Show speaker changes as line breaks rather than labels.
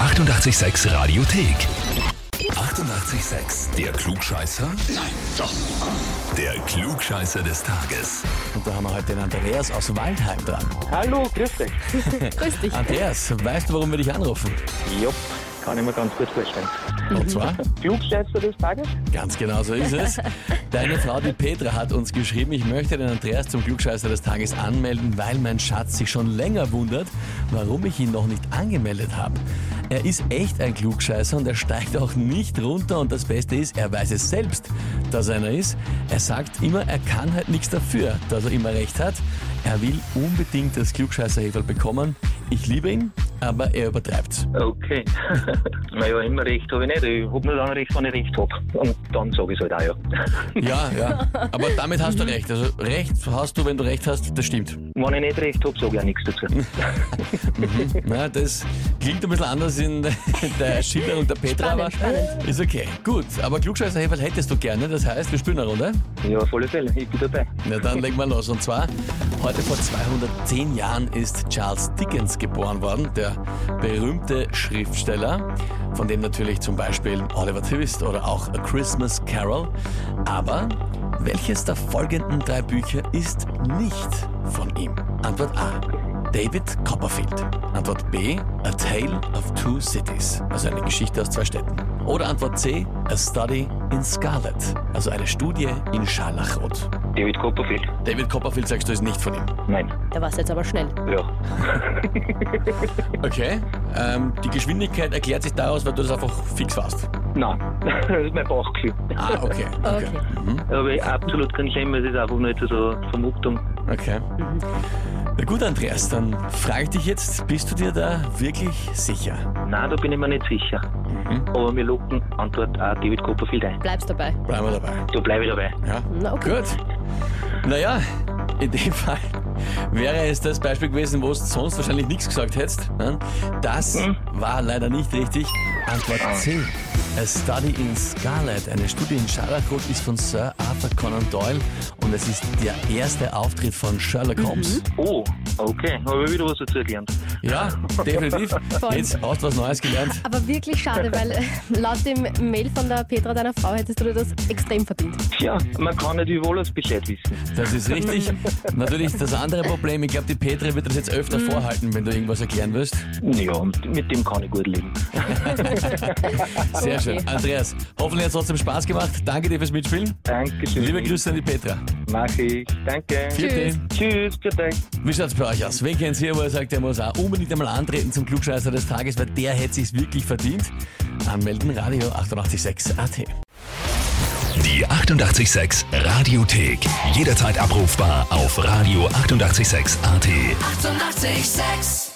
886 Radiothek. 88,6. Der Klugscheißer? Nein, doch. Der Klugscheißer des Tages.
Und da haben wir heute den Andreas aus Waldheim dran.
Hallo, grüß dich.
Grüß dich.
Andreas, weißt du, warum wir dich anrufen?
Jupp, kann ich mir ganz gut vorstellen.
Und zwar,
Flugscheißer des Tages?
ganz genau so ist es. Deine Frau, die Petra, hat uns geschrieben, ich möchte den Andreas zum Glückscheißer des Tages anmelden, weil mein Schatz sich schon länger wundert, warum ich ihn noch nicht angemeldet habe. Er ist echt ein Klugscheißer und er steigt auch nicht runter und das Beste ist, er weiß es selbst, dass er einer ist. Er sagt immer, er kann halt nichts dafür, dass er immer recht hat. Er will unbedingt das Klugscheißerheferl bekommen. Ich liebe ihn, aber er übertreibt's.
Okay. naja, immer recht habe ich nicht. Ich habe nur dann recht, wenn ich recht habe. Und dann sage ich es halt auch, ja.
Ja, ja. Aber damit hast du recht. Also recht hast du, wenn du recht hast, das stimmt.
Wenn ich nicht recht habe, sage ich auch nichts dazu.
Na, das klingt ein bisschen anders in der Schilderung der Petra,
Spannend,
aber
spannend.
ist okay. Gut, aber klugscheißer Heferl hättest du gerne, das heißt, wir spielen eine Runde.
ja, auf alle Fälle. Ich bin dabei.
Na dann legen wir los. Und zwar, heute vor 210 Jahren ist Charles Dickens geboren worden, der berühmte Schriftsteller, von dem natürlich zum Beispiel Oliver Twist oder auch A Christmas Carol. Aber welches der folgenden drei Bücher ist nicht von ihm? Antwort A. David Copperfield. Antwort B. A Tale of Two Cities. Also eine Geschichte aus zwei Städten. Oder Antwort C. A Study in Scarlet. Also eine Studie in Scharlachrot.
David Copperfield?
David Copperfield sagst du ist nicht von ihm.
Nein.
Da warst du jetzt aber schnell.
Ja.
Okay. Ähm, die Geschwindigkeit erklärt sich daraus, weil du das einfach fix warst.
Nein. das ist mein Bauchgefühl.
Ah, okay.
Okay.
Mhm,
Da habe ich absolut keinen Schimmer. Es ist einfach nur jetzt so eine Vermutung.
okay. Na gut, Andreas, dann frage ich dich jetzt, bist du dir da wirklich sicher?
Nein, da bin ich mir nicht sicher. Aber wir locken Antwort auch David Copperfield ein.
Bleibst dabei.
Bleiben wir dabei.
Da bleibe ich dabei.
Ja?
Na, okay.
Gut. Naja, in dem Fall wäre es das Beispiel gewesen, wo du sonst wahrscheinlich nichts gesagt hättest. ne? Das war leider nicht richtig. Antwort C. A Study in Scarlet, eine Studie in Scharlachrot, ist von Sir Arthur Conan Doyle und es ist der erste Auftritt von Sherlock Holmes.
Oh, okay. Habe ich wieder was dazu gelernt.
Ja, definitiv.
Voll.
Jetzt hast du was Neues gelernt.
Aber wirklich schade, weil äh, laut dem Mail von der Petra, deiner Frau, hättest du dir das extrem verdient.
Tja, man kann nicht über alles Bescheid wissen.
Das ist richtig. Natürlich das andere Problem, ich glaube, die Petra wird das jetzt öfter vorhalten, wenn du irgendwas erklären wirst.
Ja, mit dem kann ich gut leben.
Sehr
Okay.
schön. Andreas, hoffentlich hat es trotzdem Spaß gemacht. Danke dir fürs Mitspielen.
Dankeschön.
Liebe Grüße an die Petra.
Mach ich. Danke.
Vierte.
Tschüss, gut Tag.
Wie schaut's bei euch aus? Wen kennt's hier, wo ihr sagt, der muss auch unbedingt einmal antreten zum Klugscheißer des Tages, weil der hätte sich's wirklich verdient? Anmelden, Radio 886 AT.
Die 88,6 Radiothek. Jederzeit abrufbar auf radio886.at. 88,6.
Eighty-eight, sex.